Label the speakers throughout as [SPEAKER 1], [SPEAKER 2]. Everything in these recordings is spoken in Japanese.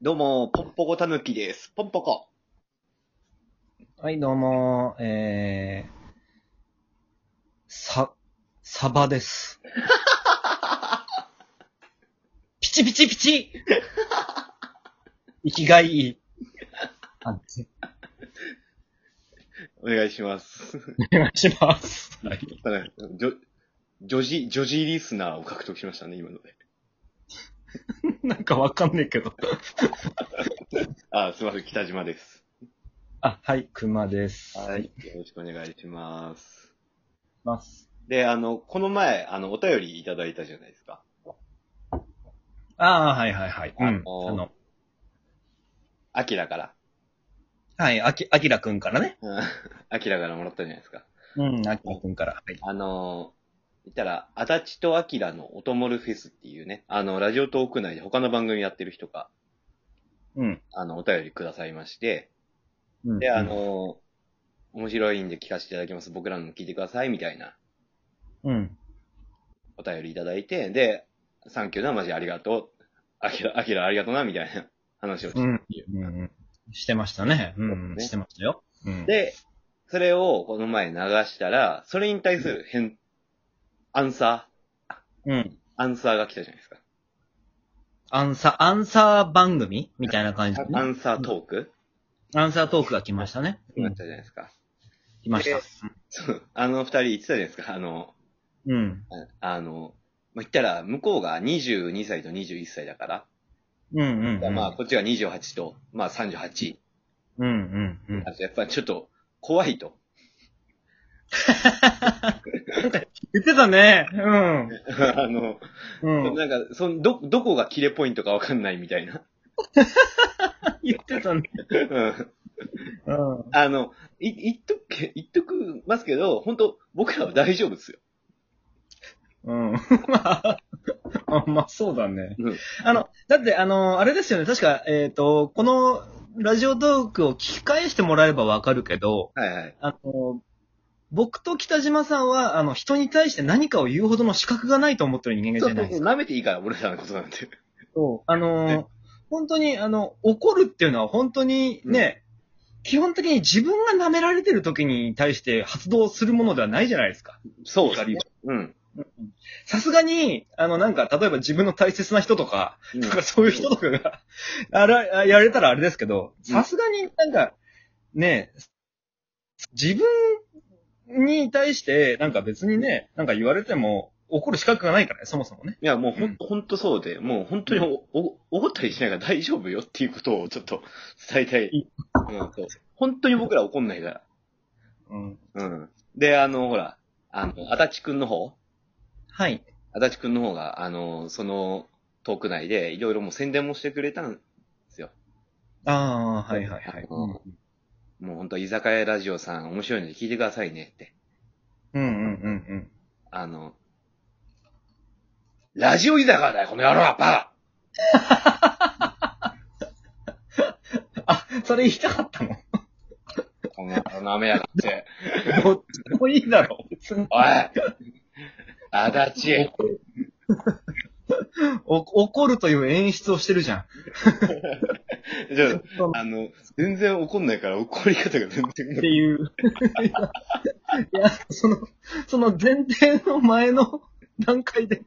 [SPEAKER 1] どうも、ポンポコたぬきです。ポンポコ。
[SPEAKER 2] はい、どうも、えー、さ、サバです。 ピチピチピチ生きがいい。あ
[SPEAKER 1] お願いします。
[SPEAKER 2] お願いします。
[SPEAKER 1] はい。ただ、じょ、女児、女児リスナーを獲得しましたね、今ので。
[SPEAKER 2] なんかわかんねえけど。
[SPEAKER 1] あ、すいません、北島です。
[SPEAKER 2] あ、はい、熊です。い。
[SPEAKER 1] い。よろしくお願いします。
[SPEAKER 2] ます。
[SPEAKER 1] で、あの、この前、あの、お便りいただいたじゃないですか。
[SPEAKER 2] ああ、はいはいはい。うん。
[SPEAKER 1] あ
[SPEAKER 2] あ
[SPEAKER 1] のー
[SPEAKER 2] の、
[SPEAKER 1] アキラから。
[SPEAKER 2] はい、あき、あきらくんからね。
[SPEAKER 1] うん アキラからもらったじゃないですか。
[SPEAKER 2] うん、あきらくんから。はい。
[SPEAKER 1] あの、言ったら、アタチとアキラのおともるフェスっていうね、あの、ラジオトーク内で他の番組やってる人が、
[SPEAKER 2] うん。
[SPEAKER 1] あの、お便りくださいまして、
[SPEAKER 2] うん
[SPEAKER 1] で、あ、の、面白いんで聞かせていただきます。僕らのも聞いてください、みたいな
[SPEAKER 2] うん。
[SPEAKER 1] お便りいただいて、で、サンキューな、マジありがとう。アキラ、アキラありがとうな、みたいな話をして、
[SPEAKER 2] うん。うんうん。してましたね。うん、うんしてましたよ。うん。
[SPEAKER 1] で、それをこの前流したら、それに対する返、アンサ
[SPEAKER 2] うん。
[SPEAKER 1] ー、アンサーが来たじゃないですか。
[SPEAKER 2] アンサー、アンサー番組みたいな感じで、
[SPEAKER 1] ア
[SPEAKER 2] ね。
[SPEAKER 1] ンサートーク、
[SPEAKER 2] アンサートークが来ましたね。
[SPEAKER 1] に
[SPEAKER 2] う
[SPEAKER 1] なっ
[SPEAKER 2] ん
[SPEAKER 1] たじゃないですか。
[SPEAKER 2] 来ました
[SPEAKER 1] で。そうあの二人言ってたじゃないですか。あの、
[SPEAKER 2] うん。
[SPEAKER 1] あの、まあ、言ったら、向こうが22歳と21歳だから、
[SPEAKER 2] うんうんうん。
[SPEAKER 1] まあ、こっちが28と、まあ38。
[SPEAKER 2] うんうんうん。
[SPEAKER 1] あとやっぱちょっと怖いと。
[SPEAKER 2] 言ってたね。うん。
[SPEAKER 1] あの、
[SPEAKER 2] うん。
[SPEAKER 1] なんか、その、ど、どこがキレポイントかわかんないみたいな。
[SPEAKER 2] 言ってたね。
[SPEAKER 1] うん
[SPEAKER 2] うん。
[SPEAKER 1] あの、い、言っとくけ、言っとくますけど、本当僕らは大丈夫ですよ。
[SPEAKER 2] うん。 まあ、あまあそうだね。
[SPEAKER 1] うん
[SPEAKER 2] あの、だってあの、あれですよね。確か、えっ、と、このラジオトークを聞き返してもらえればわかるけど、
[SPEAKER 1] はいはい。
[SPEAKER 2] あの、僕と北島さんは、あの、人に対して何かを言うほどの資格がないと思ってる人間じ
[SPEAKER 1] そ
[SPEAKER 2] ゃ
[SPEAKER 1] う
[SPEAKER 2] な
[SPEAKER 1] そ
[SPEAKER 2] いうです
[SPEAKER 1] そ
[SPEAKER 2] か
[SPEAKER 1] う、舐めていいから、俺らのことなんて。
[SPEAKER 2] そう。あのー
[SPEAKER 1] ね
[SPEAKER 2] 本当に、あの、怒るっていうのは本当にね、基本的に自分が舐められてる時に対して発動するものではないじゃないですか。
[SPEAKER 1] そう
[SPEAKER 2] ですね
[SPEAKER 1] うん。
[SPEAKER 2] さすがに、あの、なんか、例えば自分の大切な人とか、
[SPEAKER 1] うん
[SPEAKER 2] なんかそういう人とかが、あら、あやれたらあれですけど、
[SPEAKER 1] うん
[SPEAKER 2] さすがになんか、ね、自分に対して、なんか別にね、なんか言われても、怒る資格がないからね、そもそもね。
[SPEAKER 1] いや、もうほんと、ほんとそうで、もう本当にお、お、怒ったりしないから大丈夫よっていうことをちょっと伝えたい。うん、そう本当に僕ら怒んないか
[SPEAKER 2] うん。
[SPEAKER 1] ら。うん。で、あの、ほら、あの、足立くんの方
[SPEAKER 2] はい。
[SPEAKER 1] 足立くんの方が、あの、そのトーク内でいろいろもう宣伝もしてくれたんですよ。
[SPEAKER 2] ああ、はいはいはい。
[SPEAKER 1] うんもう本当居酒屋ラジオさん面白いので聞いてくださいねって。
[SPEAKER 2] うんうんうんうん。
[SPEAKER 1] あの、ラジオ居酒屋だよ、この野郎はバ
[SPEAKER 2] あ、それ言いたかったの
[SPEAKER 1] カこの野郎舐めやがって。
[SPEAKER 2] どっちでもいいだろう。別に
[SPEAKER 1] おい足立
[SPEAKER 2] お怒るという演出をしてるじゃん。
[SPEAKER 1] ちょっとあの、全然怒んないから怒り方が全
[SPEAKER 2] っ
[SPEAKER 1] 然。
[SPEAKER 2] ていう。いや、その、その前提の前の段階で、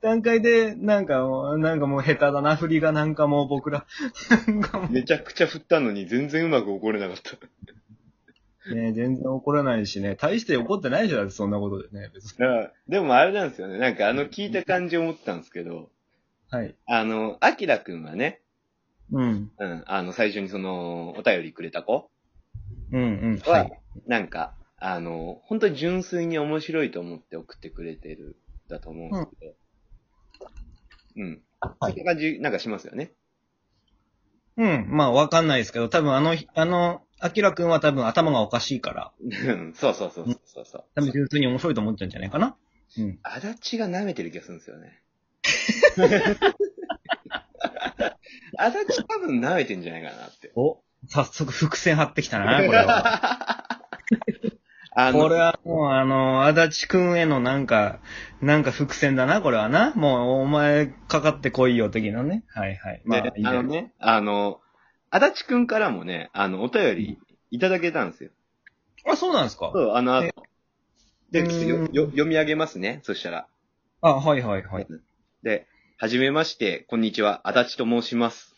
[SPEAKER 2] 段階で、なんかもう、なんかもう下手だな、振りがなんかもう僕ら、なんかも
[SPEAKER 1] めちゃくちゃ振ったのに全然うまく怒れなかった。
[SPEAKER 2] う、ね、全然怒らないしね、大して怒ってないじゃん、そんなことでね、別に。
[SPEAKER 1] だからでもあれなんですよね。なんかあの聞いた感じ思ったんですけど、
[SPEAKER 2] はい。
[SPEAKER 1] あの、アキラくんはね、
[SPEAKER 2] うん。
[SPEAKER 1] うん、あの、最初にその、お便りくれた子
[SPEAKER 2] うんうん。
[SPEAKER 1] は、
[SPEAKER 2] はい。
[SPEAKER 1] なんか、あの、本当に純粋に面白いと思って送ってくれてる、だと思うんですけど。うん。
[SPEAKER 2] はい
[SPEAKER 1] そういう感じ、なんかしますよね。
[SPEAKER 2] うん。まあ、わかんないですけど、多分あの、あの、アキラくんは多分頭がおかしいから、
[SPEAKER 1] うんそうそうそうそうそう。
[SPEAKER 2] 多分純粋に面白いと思っちゃうんじゃないかな。うん。
[SPEAKER 1] 足立が舐めてる気がするんですよね。足立多分舐めてんじゃないかなって。
[SPEAKER 2] お、早速伏線張ってきたな、これは。
[SPEAKER 1] あ
[SPEAKER 2] こ
[SPEAKER 1] の
[SPEAKER 2] れ、はもうあの、足立くんへのなんか、なんか伏線だな、これはな。もうお前かかってこいよ、的なね。はいはい。まあ、
[SPEAKER 1] ね
[SPEAKER 2] いい
[SPEAKER 1] あの
[SPEAKER 2] ね。
[SPEAKER 1] ね、あの、足立くんからもね、あの、お便りいただけたんですよ。
[SPEAKER 2] あ、そうなんですか
[SPEAKER 1] そう、あの後
[SPEAKER 2] え。
[SPEAKER 1] で、ちょっとよ
[SPEAKER 2] うん
[SPEAKER 1] よ読み上げますね、そしたら。
[SPEAKER 2] あ、はいはいはい。
[SPEAKER 1] で、はじめまして、こんにちは、足立と申します。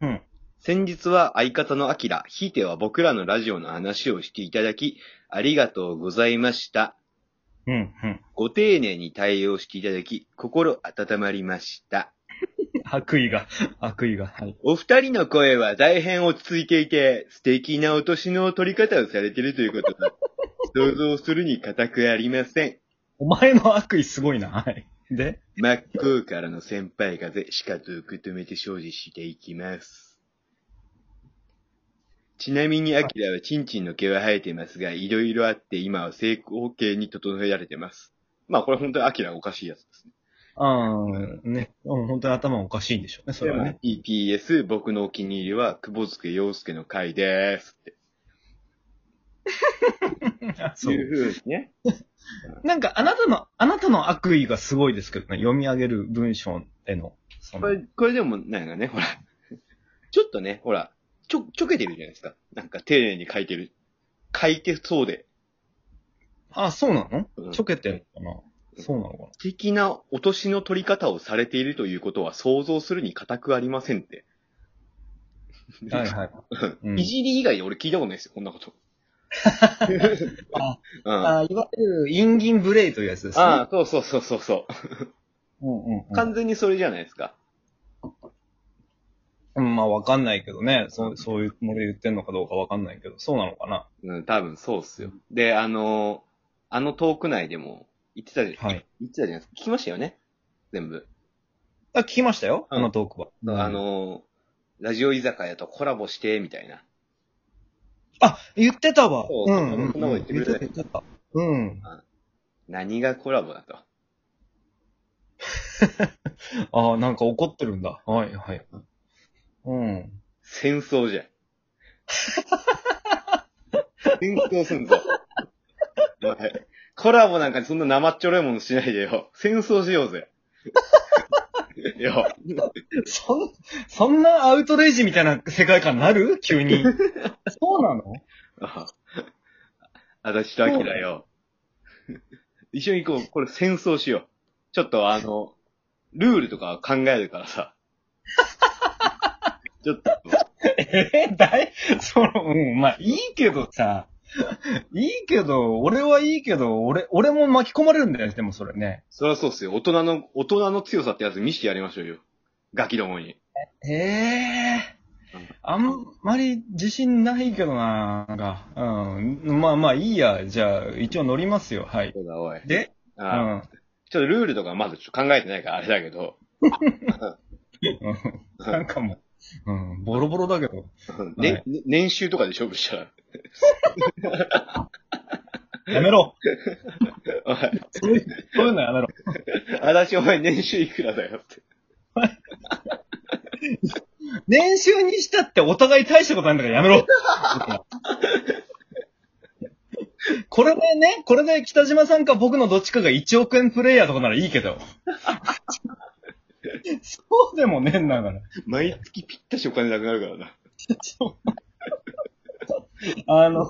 [SPEAKER 2] うん。
[SPEAKER 1] 先日は相方のアキラ、ひいては僕らのラジオの話をしていただき、ありがとうございました。
[SPEAKER 2] うん、うん。
[SPEAKER 1] ご丁寧に対応していただき、心温まりました。
[SPEAKER 2] 悪意が、悪意が。はい。
[SPEAKER 1] お二人の声は大変落ち着いていて、素敵な落としの取り方をされているということ だ。想像するに固くありません。
[SPEAKER 2] お前の悪意すごいな。はい。で
[SPEAKER 1] 真っ向からの先輩風、しかと受け止めて生じしていきます。ちなみに、アキラはチンチンの毛は生えてますが、いろいろあって今は正方形に整えられてます。まあ、これ本当にアキラがおかしいやつですね。
[SPEAKER 2] うん、ね。うん、本当に頭おかしいんでしょうね、それはね。
[SPEAKER 1] EPS、僕のお気に入りは、久保塚洋介の回です。って
[SPEAKER 2] そ。
[SPEAKER 1] いううふうにね。
[SPEAKER 2] なんか、あなたの、あなたの悪意がすごいですけどね。読み上げる文章への、そ
[SPEAKER 1] こ
[SPEAKER 2] の、
[SPEAKER 1] れ、これでも、なんかね、ほら、 ちょっとね、ほら、ちょ、ちょけてるじゃないですか。なんか丁寧に書いてる。書いてそうで。
[SPEAKER 2] あ、そうなの、
[SPEAKER 1] うん
[SPEAKER 2] ちょけてるのかなそうなのかな
[SPEAKER 1] 的な落としの取り方をされているということは想像するに固くありませんって。
[SPEAKER 2] はいはい。うん
[SPEAKER 1] いじり以外で俺聞いたことないですよ、こんなこと。
[SPEAKER 2] あ
[SPEAKER 1] うんあ
[SPEAKER 2] あいわゆる、陰銀無礼というやつですね。
[SPEAKER 1] あ、そうそうそうそうそう。
[SPEAKER 2] うんうん
[SPEAKER 1] 完全にそれじゃないですか。
[SPEAKER 2] うん。まあ、わかんないけどね。そう、そういうつもりで言ってんのかどうかわかんないけど、そうなのかな
[SPEAKER 1] うん、多分そうっすよ。で、あのあのトーク内でも言ってたじゃ、
[SPEAKER 2] はい
[SPEAKER 1] 言ってたじゃないですか。聞きましたよね全部。
[SPEAKER 2] あ、聞きましたよ、
[SPEAKER 1] うん
[SPEAKER 2] あのトークは。
[SPEAKER 1] あ、のラジオ居酒屋とコラボして、みたいな。
[SPEAKER 2] あ、言ってたわ。
[SPEAKER 1] そう
[SPEAKER 2] うんうん、
[SPEAKER 1] そんなこと言ってくれた
[SPEAKER 2] 言ってた。うん。
[SPEAKER 1] 何がコラボだと。
[SPEAKER 2] ああ、なんか怒ってるんだ。はい、はい。うん。
[SPEAKER 1] 戦争 じゃん。戦争すんぞ。お前コラボなんかそんな生っちょろいものしないでよ。戦争しよう ぜ。よ。
[SPEAKER 2] そん、そんなアウトレイジみたいな世界観なる 急に。そうなの
[SPEAKER 1] あ私とアキラよ。一緒に行こう。これ戦争しよう。ちょっとあの、ルールとか考えるから さ。ちょっと、
[SPEAKER 2] えー、 だい、その、うん、まあ、いいけどさ、 いいけど、俺はいいけど、俺、俺も巻き込まれるんだよ、でもそれね。
[SPEAKER 1] そりゃそうっすよ。大人の、大人の強さってやつ見せてやりましょうよ。ガキどもに。
[SPEAKER 2] ええあんまり自信ないけどな、なんか。うん。まあまあ、いいや。じゃあ、一応乗りますよ。はい。
[SPEAKER 1] そうだ、おい。
[SPEAKER 2] で、う
[SPEAKER 1] ああ
[SPEAKER 2] ん。
[SPEAKER 1] ちょっとルールとかまずちょっと考えてないからあれだけど。
[SPEAKER 2] なんかもう、うん、ボロボロだけど。
[SPEAKER 1] ね
[SPEAKER 2] はい
[SPEAKER 1] ね年収とかで勝負したら。
[SPEAKER 2] やめろ
[SPEAKER 1] おい
[SPEAKER 2] そういうそういうのやめろ。
[SPEAKER 1] 私お前年収いくらだよって。
[SPEAKER 2] 年収にしたってお互い大したことないんだからやめろ これでね、これで北島さんか僕のどっちかが1億円プレイヤーとかならいいけど。 そうでもねえんだから。
[SPEAKER 1] 毎月ぴったしお金なくなるからな。
[SPEAKER 2] あの、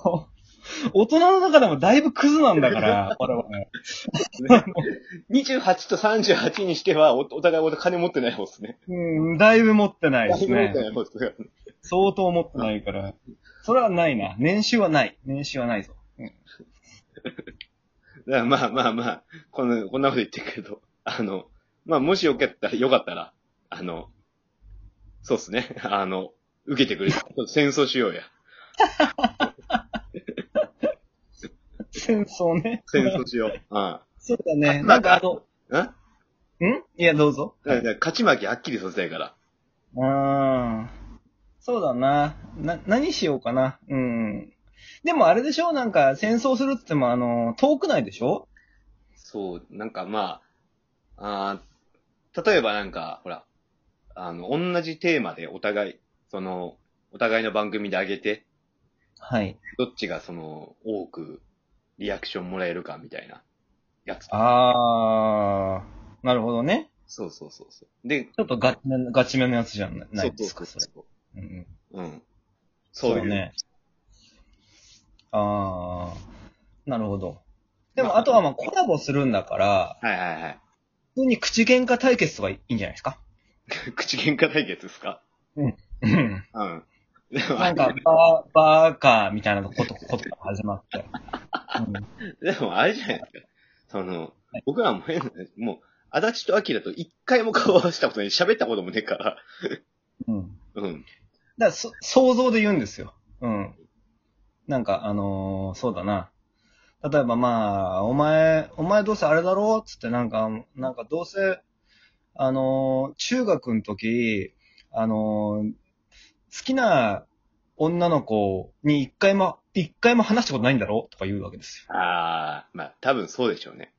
[SPEAKER 2] 大人の中でもだいぶクズなんだから、我々。
[SPEAKER 1] 28と38にしてはおお互いお金持ってない方っすね。
[SPEAKER 2] うん、だいぶ持ってないです
[SPEAKER 1] 金持って
[SPEAKER 2] ね。
[SPEAKER 1] ない方っすね。
[SPEAKER 2] 相当持ってないから。それはないな。年収はない。年収はないぞ。
[SPEAKER 1] だからまあまあまあ、この、こんなこと言ってるけど、あの、まあもしよかったら、よかったら、あの、そうっすね。あの、受けてくれ。ちょっと戦争しようや。
[SPEAKER 2] 戦争ね。
[SPEAKER 1] 戦争しよう。うん。
[SPEAKER 2] そうだね。なんかあの、
[SPEAKER 1] うんだか
[SPEAKER 2] んいや、どうぞ。
[SPEAKER 1] ら勝ち負けはっきりさせたいから。
[SPEAKER 2] うーん。そうだな。な、何しようかな。うん。でもあれでしょなんか戦争するって言っても、あの、遠くないでしょ
[SPEAKER 1] そう、なんかまあ、あー例えばなんか、ほら、あの、同じテーマでお互い、その、お互いの番組であげて、
[SPEAKER 2] はい。
[SPEAKER 1] どっちがその、多くリアクションもらえるかみたいなやつ。
[SPEAKER 2] あー、なるほどね。
[SPEAKER 1] そうそうそうそう。で、
[SPEAKER 2] ちょっとガチめ、ガチめのやつじゃなないですか、それ。
[SPEAKER 1] う。う
[SPEAKER 2] うん、
[SPEAKER 1] ん。そういう。
[SPEAKER 2] ね。あー、なるほど。で
[SPEAKER 1] ま
[SPEAKER 2] も、
[SPEAKER 1] あ
[SPEAKER 2] あとはまあコラボするんだから、
[SPEAKER 1] はいはいはい。
[SPEAKER 2] 普通に口喧嘩対決とかいいんじゃないですか。
[SPEAKER 1] 口喧嘩対決ですか
[SPEAKER 2] うん。
[SPEAKER 1] うん。でも、
[SPEAKER 2] なんか、バー、バーカーみたいなこと、ことから始まって。
[SPEAKER 1] でもあれじゃないですか。その、僕らも変な、もう、足立と明と一回も顔合わせたことない、喋ったこともねえから。
[SPEAKER 2] うん。うん。
[SPEAKER 1] うん。
[SPEAKER 2] だからそ、想像で言うんですよ。うん。なんか、あのーそうだな。例えばまあ、お前、お前どうせあれだろうつってなんか、なんかどうせ、あのー中学の時、あのー好きな女の子に一回も、一回も話したことないんだろとか言うわけですよ。
[SPEAKER 1] ああ、まあ、多分そうでしょうね。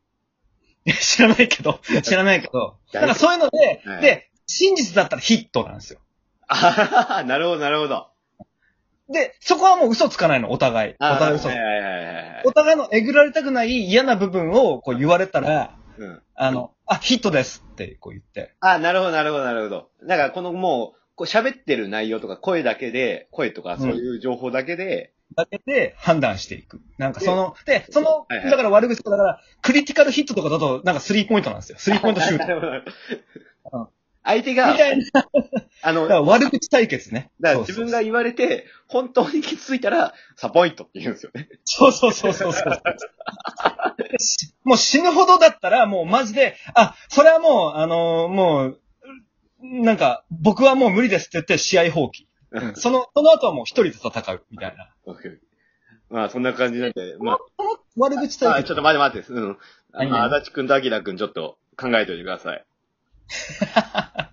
[SPEAKER 2] いや知らないけど、知らないけど。だからそういうので、
[SPEAKER 1] はい
[SPEAKER 2] で、真実だったらヒットなんですよ。
[SPEAKER 1] あはははなるほど、なるほど。
[SPEAKER 2] で、そこはもう嘘つかないの、お互い。お
[SPEAKER 1] あー
[SPEAKER 2] 互い嘘つ
[SPEAKER 1] は
[SPEAKER 2] かないい。
[SPEAKER 1] はいはいはいはい
[SPEAKER 2] お。互いのえぐられたくない嫌な部分をこう言われたら、
[SPEAKER 1] うん。
[SPEAKER 2] あの、あ、ヒットですってこう言って。
[SPEAKER 1] あーなるほど、なるほど、なるほど。だから、このもう、こう喋ってる内容とか、声だけで、声とか、そういう情報だけで、
[SPEAKER 2] だけで判断していく。なんかその、で、その、
[SPEAKER 1] はいはい
[SPEAKER 2] だから悪口とかだから、クリティカルヒットとかだと、なんかスリーポイントなんですよ。スリーポイントシュー ト。
[SPEAKER 1] なる
[SPEAKER 2] み
[SPEAKER 1] ほどなるほ
[SPEAKER 2] う
[SPEAKER 1] ど。相手が、
[SPEAKER 2] たいな。だ
[SPEAKER 1] あの、
[SPEAKER 2] から悪口対決ね。
[SPEAKER 1] だから自分が言われて、本当に気づいたら、サポイントって言うんですよ ね。
[SPEAKER 2] そうそうそ うそうそうそう。しもう死ぬほどだったら、もうマジで、あ、それはもう、あのーもう、なんか、僕はもう無理ですって言って試合放棄。その、その後はもう一人で戦う、みたいな。
[SPEAKER 1] OK まあ、そんな感じなんで、まあ、
[SPEAKER 2] 悪口
[SPEAKER 1] あ
[SPEAKER 2] 対
[SPEAKER 1] ち
[SPEAKER 2] 決。
[SPEAKER 1] ょっと待って待って、うん。あ
[SPEAKER 2] 何
[SPEAKER 1] の、足立くんと明くんちょっと考えておいてください。